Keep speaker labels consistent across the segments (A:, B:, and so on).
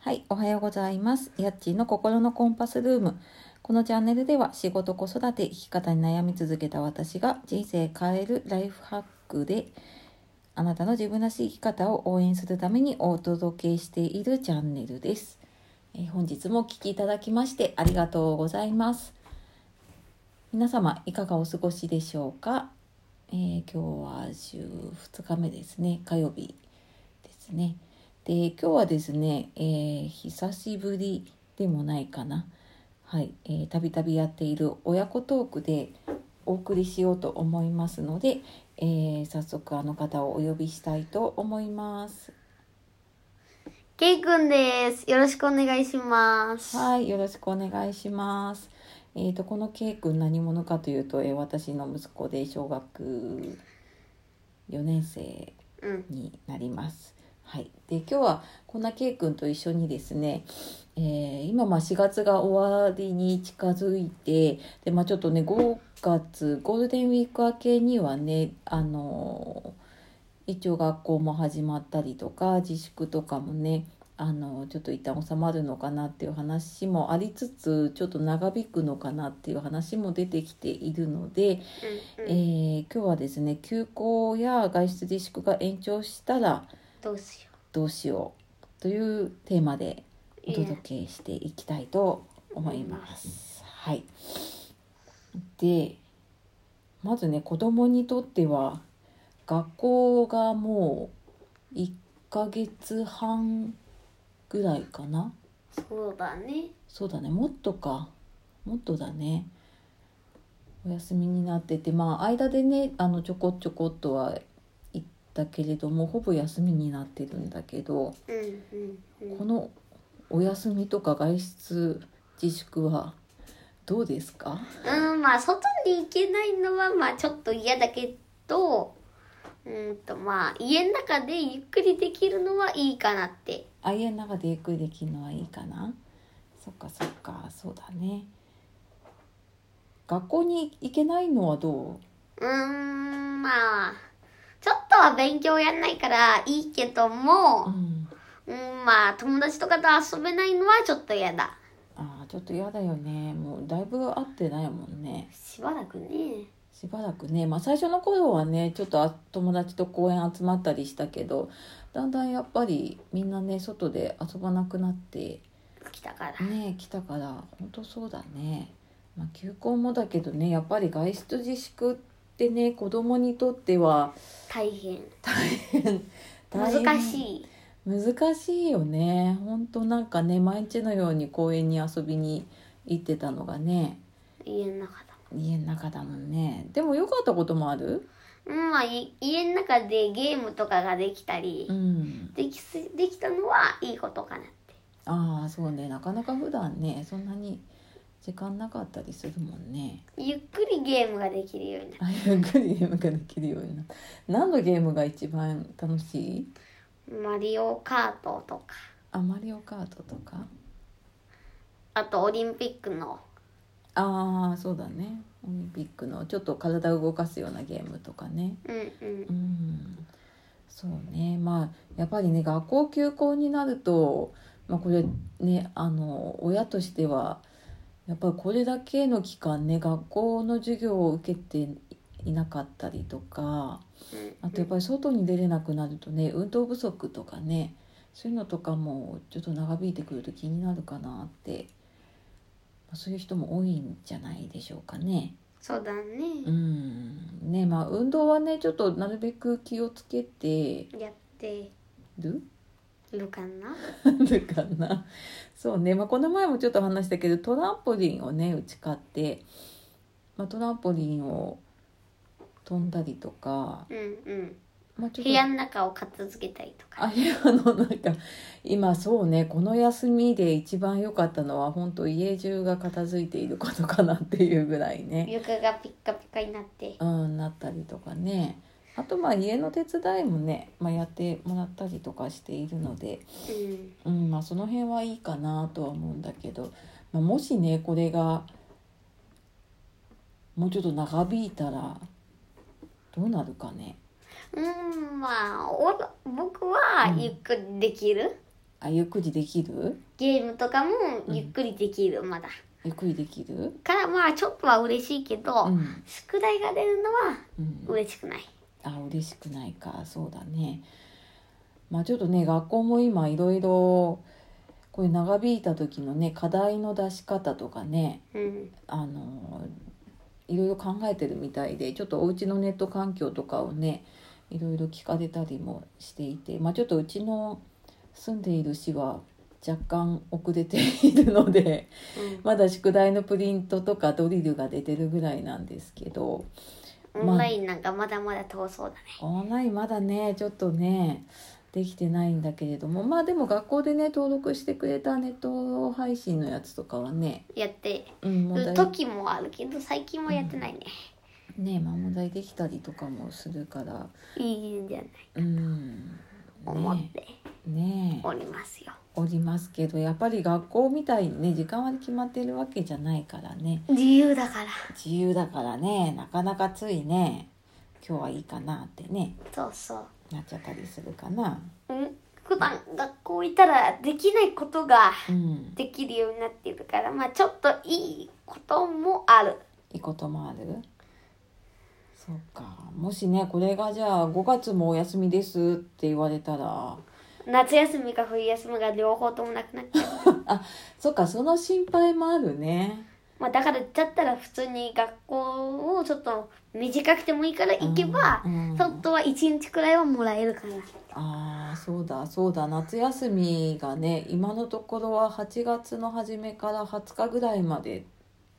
A: はい、おはようございます。やっちーの心のコンパスルーム。このチャンネルでは仕事、子育て、生き方に悩み続けた私が人生変えるライフハックであなたの自分らしい生き方を応援するためにお届けしているチャンネルです。えー本日もお聴きいただきましてありがとうございます。皆様いかがお過ごしでしょうか、えー今日は週2日目ですね火曜日ですねで今日はですね、えー久しぶりでもないかなはいえーたびたびやっている親子トークでお送りしようと思いますので、えー早速あの方をお呼びしたいと思います
B: ケイくんです。よろしくお願いします。
A: はい、よろしくお願いします。えっ、とこの K 君何者かというと、えー私の息子で小学4年生
B: うん。
A: になります。はい。で今日はこんな K 君と一緒にですね、えー今まあ4月が終わりに近づいて、でまあちょっとね5月ゴールデンウィーク明けにはねあのー一応学校も始まったりとか自粛とかもねあのちょっと一旦収まるのかなっていう話もありつつちょっと長引くのかなっていう話も出てきているので、
B: うんうん
A: えー今日はですね休校や外出自粛が延長したら
B: どうしよ
A: どうしようというテーマでお届けしていきたいと思います。はい、でまずね子供にとっては学校がもう1ヶ月半ぐらいかな
B: う。そうだね。
A: そうだねもっとかもっとだねお休みになっててまあ間でねあのちょこちょこっとは行ったけれどもほぼ休みになってるんだけど
B: うんうんう
A: こ
B: ん。
A: のお休みとか外出自粛はどうですか
B: うん、まあ外に行けないのはまあちょっと嫌だけど、うんとまあ家の中でゆっくりできるのはいいかなって。
A: あ家の中でゆっくりできるのはいいかなそっかそっかそうだね学校に行けないのはど
B: うーん、まあちょっとは勉強やんないからいいけど
A: う、う
B: も、
A: ん、
B: うん、まあ友達とかと遊べないのはちょっと嫌だ。
A: あーちょっと嫌だよねもうだいぶ会ってないもんね
B: しばらくね。
A: しばらくね、まあ、最初の頃はねちょっとあ友達と公園集まったりしたけどだんだんやっぱりみんなね外で遊ばなくなって
B: 来たから。
A: ね来たから本当そうだね、まあ、休校もだけどねやっぱり外出自粛ってね子供にとっては
B: 大変。
A: 大
B: 難
A: 変
B: しい。
A: 難しいよね本当なんかね毎日のように公園に遊びに行ってたのがね
B: 家の中だ
A: 家の中だもんねでも良かったこともある
B: もんうんまあい家の中でゲームとかができたり、
A: うん
B: できすできたのはいいことかなって
A: ああそうねなかなか普段ねそんなに時間なかったりするもんね
B: ゆっくりゲームができるようになる
A: あゆっくりゲームができるようになった何のゲームが一番楽しい
B: マリオカートとか
A: あマリオカートとか
B: あとオリンピックの
A: ああそうだねオリンピックのちょっと体を動かすようなゲームとかね
B: うんうん
A: うんそうねまあやっぱりね学校休校になると、まあ、これねあの親としてはやっぱりこれだけの期間ね学校の授業を受けていなかったりとか
B: うん
A: あとやっぱり外に出れなくなるとね運動不足とかねそういうのとかもちょっと長引いてくると気になるかなって、まあ、そういう人も多いんじゃないでしょうかね。
B: そうだね、
A: うんねまあ運動はねちょっとなるべく気をつけて
B: やって
A: る
B: るかな
A: るかなそうね、まあ、この前もちょっと話したけどトランポリンをねうち買って、まあ、トランポリンを飛んだりとか、
B: うんうん
A: まあ、ちょっ
B: 部
A: と
B: 屋の中を片付けたりとか
A: あ部屋のなんか今そうねこの休みで一番良かったのは本当家中が片付いていることかなっていうぐらいね。
B: 床がピッカピカになって
A: うん、なったりとかねあとまあ家の手伝いもね、まあ、やってもらったりとかしているので、
B: うん
A: うんまあ、その辺はいいかなとは思うんだけど、まあ、もしねこれがもうちょっと長引いたらどうなるかね。
B: うんまあお僕はゆっくりできる、
A: あゆっくりできる
B: ゲームとかもゆっくりできる、まだ
A: ゆっくりできる
B: からまあちょっとは嬉しいけど、
A: うん、
B: 宿題が出るのは
A: うん、
B: 嬉しくない
A: あ嬉しくないかそうだねまあちょっとね学校も今いろいろこういう長引いた時のね課題の出し方とかね
B: うん
A: あのいろいろ考えてるみたいでちょっとお家のネット環境とかをねいろいろ聞かれたりもしていてまあちょっとうちの住んでいる市は若干遅れているので。 まだ宿題のプリントとかドリルが出てるぐらいなんですけど
B: うん、オンラインなんかまだまだ遠そうだね、
A: オンラインまだねちょっとねできてないんだけれどもまあでも学校でね登録してくれたネット配信のやつとかはね、
B: やって
A: うん、問
B: る
A: 題
B: 時もあるけど最近はやってないね、
A: ねまあ問題できたりとかもするから
B: いいんじゃない
A: うん
B: 思っ
A: ね
B: て
A: ね
B: おりますよ、
A: おりますけどやっぱり学校みたいにね時間は決まってるわけじゃないからね
B: 自由だから
A: 自由だからねなかなかついね今日はいいかなってね
B: そうそう
A: なっちゃったりするかな。
B: うん普段学校いたらできないことが
A: うん、
B: できるようになってるからまあちょっといいこともある
A: いいこともあるそうかもしねこれがじゃあ5月もお休みですって言われたら
B: 夏休みか冬休みが両方ともなくなっちゃう、
A: そっかその心配もあるね
B: まあ、だからだったら普通に学校をちょっと短くてもいいから行けば、
A: うんうん
B: ちょっとは1日くらいはもらえるから
A: ああそうだそうだ夏休みがね今のところは8月の初めから20日ぐらいまで
B: っ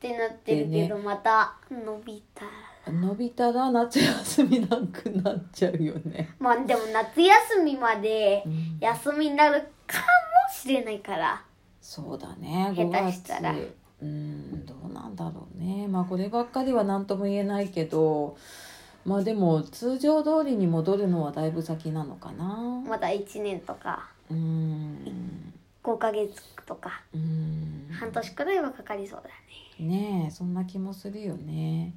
B: てなってるけど、また伸びたら
A: 伸びたら夏休みなくなっちゃうよね、
B: まあでも夏休みまで
A: うん
B: 休みになるかもしれないから
A: そうだね
B: 下
A: 5
B: 手
A: 月
B: したら
A: うんどうなんだろうねまあこればっかりは何とも言えないけどまあでも通常通りに戻るのはだいぶ先なのかな
B: まだ1年とか
A: うん
B: 5ヶ月とか
A: うん
B: 半年くらいはかかりそうだね
A: ねえそんな気もするよね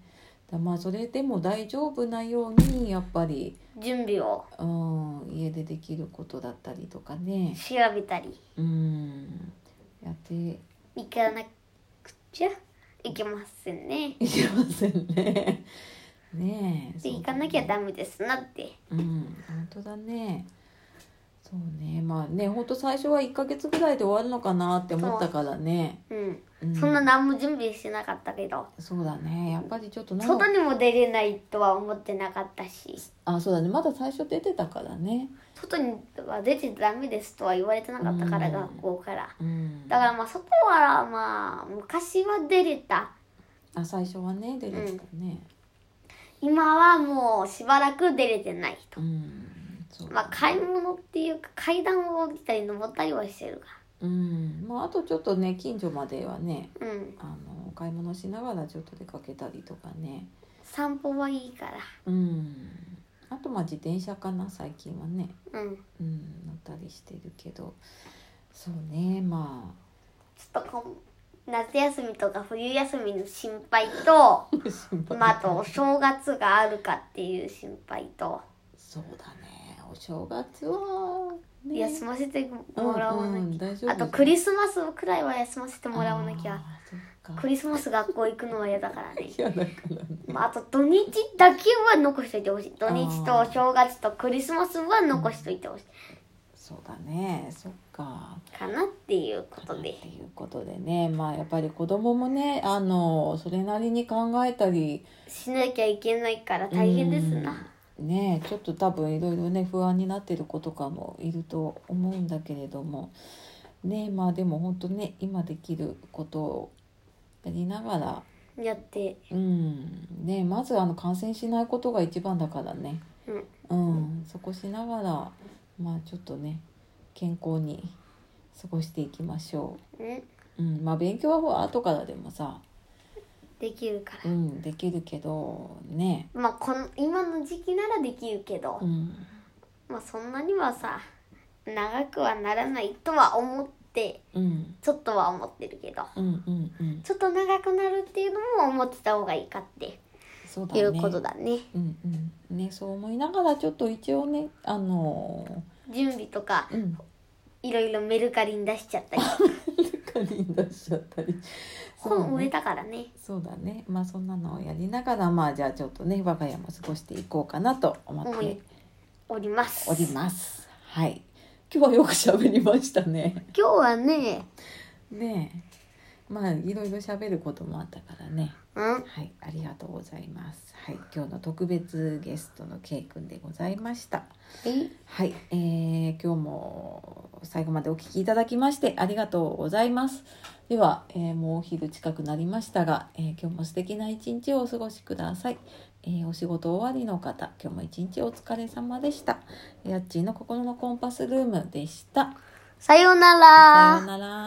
A: だまあそれでも大丈夫なようにやっぱり、
B: 準備を
A: うん、家でできることだったりとかね
B: 調べたり
A: うんやって
B: 行かなくちゃいけませんね
A: いけませんね ねえ
B: で
A: そう
B: 行
A: だ
B: か
A: ね
B: なきゃダメですなって
A: うん、本当だね。そうね、まあね、本当最初は一ヶ月ぐらいで終わるのかなって思ったからね。
B: うん
A: うん
B: そんな何も準備してなかったけど
A: そうだね、やっぱりちょっとなん
B: 外
A: か、
B: にも出れないとは思ってなかったし
A: あ、そうだね、まだ最初出てたからね。
B: 外には出てダメですとは言われてなかったから
A: うん
B: 学校から
A: うん。
B: だからまあ外はまあ昔は出れた
A: あ、最初はね、出てたね。
B: 今はもうしばらく出れてないと
A: う、ん、そう。
B: まあ買い物っていうか階段を降りたり登ったりはしてるか
A: うん、まああとちょっとね、近所まではね、
B: らうん
A: あのお買い物しながらちょっと出かけたりとかね。
B: 散歩はいいから
A: うん。あとまあ自転車かな、最近はね。
B: うん
A: うん、なったりしてるけどそうねま
B: ちょっとこん夏休みとか冬休みの心配と
A: あ心配
B: まああとお正月があるかっていう心配と
A: そうだねお正月は、ね、
B: 休ませてもらわな
A: う
B: きゃ、
A: んうん大丈夫
B: あとクリスマスくらいは休ませてもらわなきゃ
A: あーそっ
B: ク
A: か
B: リスマス学校行くのは嫌だからね
A: 嫌だからね
B: まあ、あと土日だけは残しといてほしい土日とお正月とクリスマスは残しといてほしい
A: そうだねそっか
B: かなっていうこと
A: ってい
B: で
A: うことでねまあやっぱり子供もねあのそれなりに考えたり
B: しなきゃいけないから大変ですな
A: ねちょっと多分いろいろね不安になってる子とかもいると思うんだけれどもねまあでも本当ね今できることをやりながら
B: やって
A: うんねまずあの感染しないことが一番だからね
B: うん
A: うんそこしながらまあちょっとね健康に過ごしていきましょ
B: うん
A: う、うん、まあ勉強はほら後からでもさ、
B: できるか
A: う
B: ら
A: ん、できるけどね
B: まあこの今の時期ならできるけど
A: うん
B: まあそんなにはさ長くはならないとは思って
A: うん
B: ちょっとは思ってるけど
A: うんうんうん
B: ちょっと長くなるっていうのも思ってた方がいいかって
A: そうだ
B: い
A: ね
B: うことだね
A: うんうんね、そう思いながらちょっと一応ねあの
B: 準備とか
A: ーうん
B: いろいろメルカリに出しちゃったり
A: カリン出しちゃったり
B: 本売れ
A: ね
B: たからね
A: そうだねまあそんなのをやりながらまあじゃあちょっとね我が家も過ごしていこうかなと思っ
B: 思い
A: て
B: おります
A: おりますはい今日はよく喋りましたね
B: 今日はね
A: ねえまあいろいろ喋ることもあったからね
B: うん
A: はいありがとうございますはい今日の特別ゲストの K 君でございました
B: え
A: はい、えー今日も最後までお聞きいただきましてありがとうございます。では、えーもうお昼近くなりましたが、えー今日も素敵な一日をお過ごしください。えーお仕事終わりの方、今日も一日お疲れ様でした。やっちーの心のコンパスルームでした。
B: さような
A: さ
B: ら
A: ようなら。